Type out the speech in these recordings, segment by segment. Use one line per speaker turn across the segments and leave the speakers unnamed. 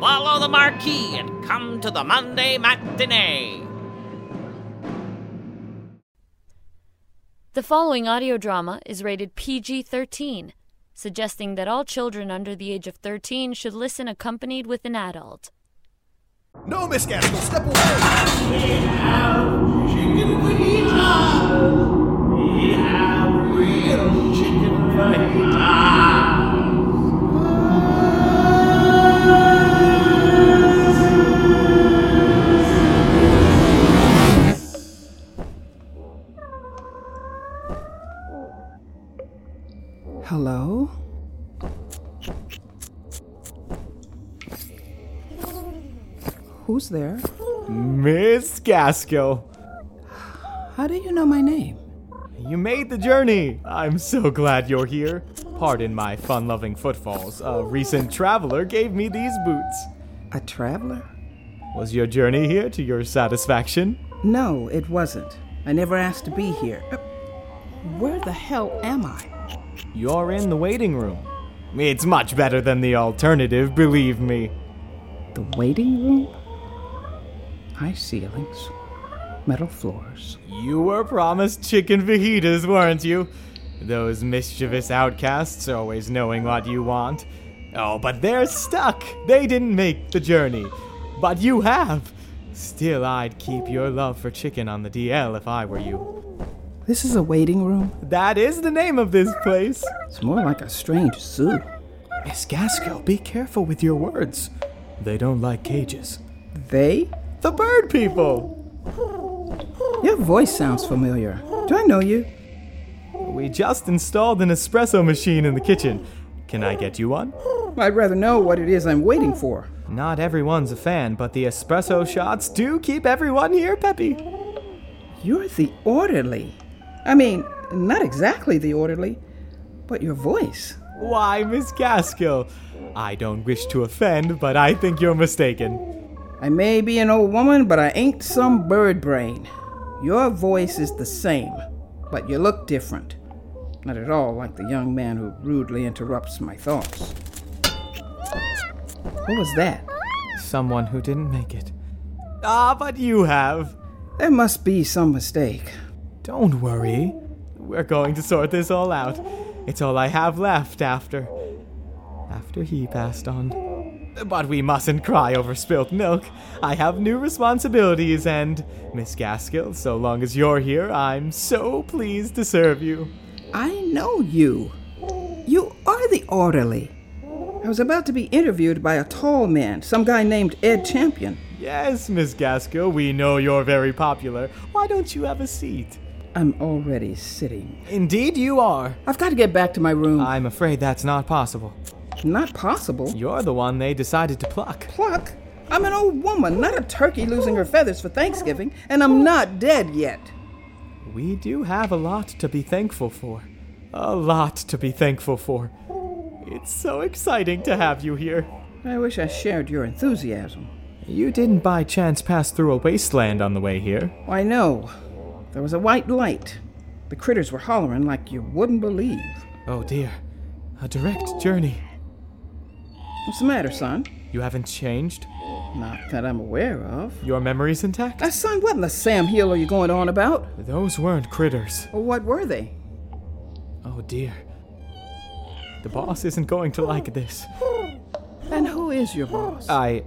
Follow the marquee and come to the Monday matinee.
The following audio drama is rated PG 13, suggesting that all children under the age of 13 should listen accompanied with an adult.
No, Miss Gaskell, step away!
Chicken fajita. We have real chicken fajitas.
Hello? Who's there?
Miss Gaskell,
How do you know my name?
you made the journey. I'm so glad you're here. Pardon my fun loving footfalls. A recent traveler gave me these boots.
A traveler?
Was your journey here to your satisfaction?
No, it wasn't. I never asked to be here. Uh, Where the hell am I?
You're in the waiting room. It's much better than the alternative, believe me.
The waiting room? High ceilings, metal floors.
You were promised chicken fajitas, weren't you? Those mischievous outcasts, always knowing what you want. Oh, but they're stuck. They didn't make the journey. But you have. Still, I'd keep your love for chicken on the DL if I were you.
This is a waiting room?
That is the name of this place.
It's more like a strange zoo.
Miss Gaskell, be careful with your words. They don't like cages.
They?
The bird people!
Your voice sounds familiar. Do I know you?
We just installed an espresso machine in the kitchen. Can I get you one?
I'd rather know what it is I'm waiting for.
Not everyone's a fan, but the espresso shots do keep everyone here peppy.
You're the orderly. I mean, not exactly the orderly, but your voice.
Why, Miss Gaskell? I don't wish to offend, but I think you're mistaken.
I may be an old woman, but I ain't some bird brain. Your voice is the same, but you look different. Not at all like the young man who rudely interrupts my thoughts. What was that?
Someone who didn't make it. Ah, but you have.
There must be some mistake.
Don't worry. We're going to sort this all out. It's all I have left after. After he passed on. But we mustn't cry over spilt milk. I have new responsibilities, and, Miss Gaskell, so long as you're here, I'm so pleased to serve you.
I know you. You are the orderly. I was about to be interviewed by a tall man, some guy named Ed Champion.
Yes, Miss Gaskell, we know you're very popular. Why don't you have a seat?
I'm already sitting.
Indeed, you are.
I've got to get back to my room.
I'm afraid that's not possible.
Not possible.
You're the one they decided to pluck.
Pluck? I'm an old woman, not a turkey losing her feathers for Thanksgiving, and I'm not dead yet.
We do have a lot to be thankful for. A lot to be thankful for. It's so exciting to have you here.
I wish I shared your enthusiasm.
You didn't by chance pass through a wasteland on the way here.
I know. There was a white light. The critters were hollering like you wouldn't believe.
Oh dear. A direct journey.
What's the matter, son?
You haven't changed?
Not that I'm aware of.
Your memory's intact?
Uh, son, what in the Sam Hill are you going on about?
Those weren't critters.
Or what were they?
Oh dear. The boss isn't going to like this.
And who is your boss?
I.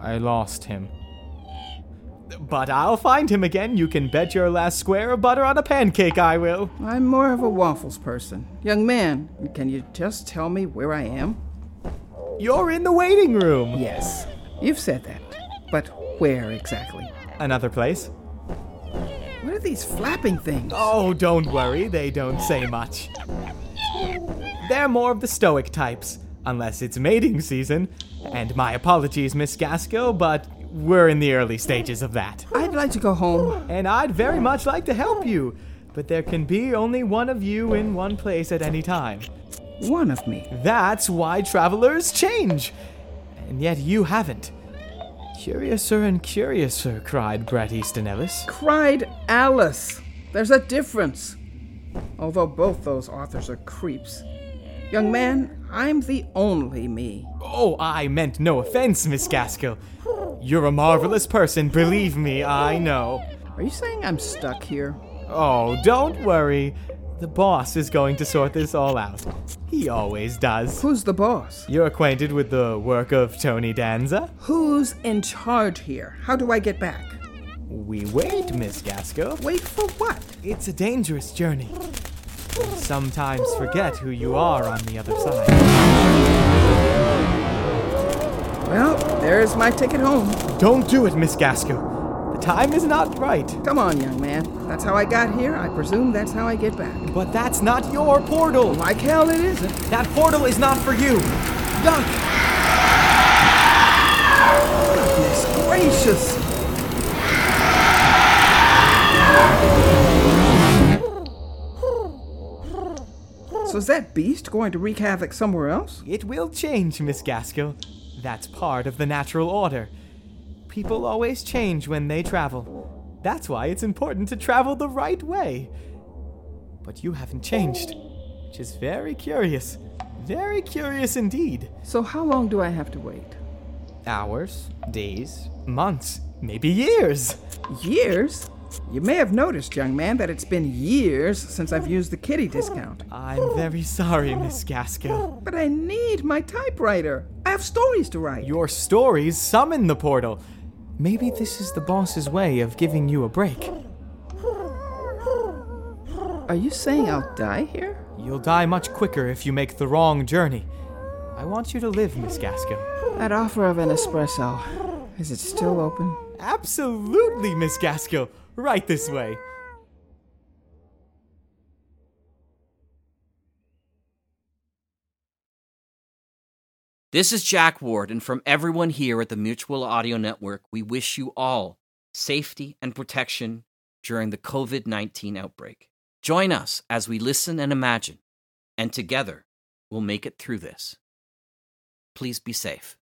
I lost him. But I'll find him again. You can bet your last square of butter on a pancake I will.
I'm more of a waffles person. Young man, can you just tell me where I am?
You're in the waiting room.
Yes, you've said that. But where exactly?
Another place?
What are these flapping things?
Oh, don't worry, they don't say much. They're more of the stoic types, unless it's mating season. And my apologies, Miss Gaskell, but we're in the early stages of that.
I'd like to go home.
And I'd very much like to help you, but there can be only one of you in one place at any time.
One of me.
That's why travelers change. And yet you haven't. Curiouser and curiouser, cried Brett Easton Ellis.
Cried Alice. There's a difference. Although both those authors are creeps. Young man, I'm the only me.
Oh, I meant no offense, Miss Gaskill. You're a marvelous person, believe me, I know.
Are you saying I'm stuck here?
Oh, don't worry. The boss is going to sort this all out. He always does.
Who's the boss?
You're acquainted with the work of Tony Danza?
Who's in charge here? How do I get back?
We wait, Miss Gaskill.
Wait for what?
It's a dangerous journey. You sometimes forget who you are on the other side.
Well, there's my ticket home.
Don't do it, Miss Gaskill. The time is not right.
Come on, young man. That's how I got here. I presume that's how I get back.
But that's not your portal.
Like hell, it isn't.
That portal is not for you. Duck!
Goodness gracious! So is that beast going to wreak havoc somewhere else?
It will change, Miss Gaskell. That's part of the natural order. People always change when they travel. That's why it's important to travel the right way. But you haven't changed, which is very curious. Very curious indeed.
So how long do I have to wait?
Hours, days, months, maybe years.
Years? You may have noticed, young man, that it's been years since I've used the kitty discount.
I'm very sorry, Miss Gaskell.
But I need my typewriter. I have stories to write.
Your stories summon the portal. Maybe this is the boss's way of giving you a break.
Are you saying I'll die here?
You'll die much quicker if you make the wrong journey. I want you to live, Miss Gaskell.
That offer of an espresso. Is it still open?
Absolutely, Miss Gaskell. Right this way.
This is Jack Ward, and from everyone here at the Mutual Audio Network, we wish you all safety and protection during the COVID 19 outbreak. Join us as we listen and imagine, and together we'll make it through this. Please be safe.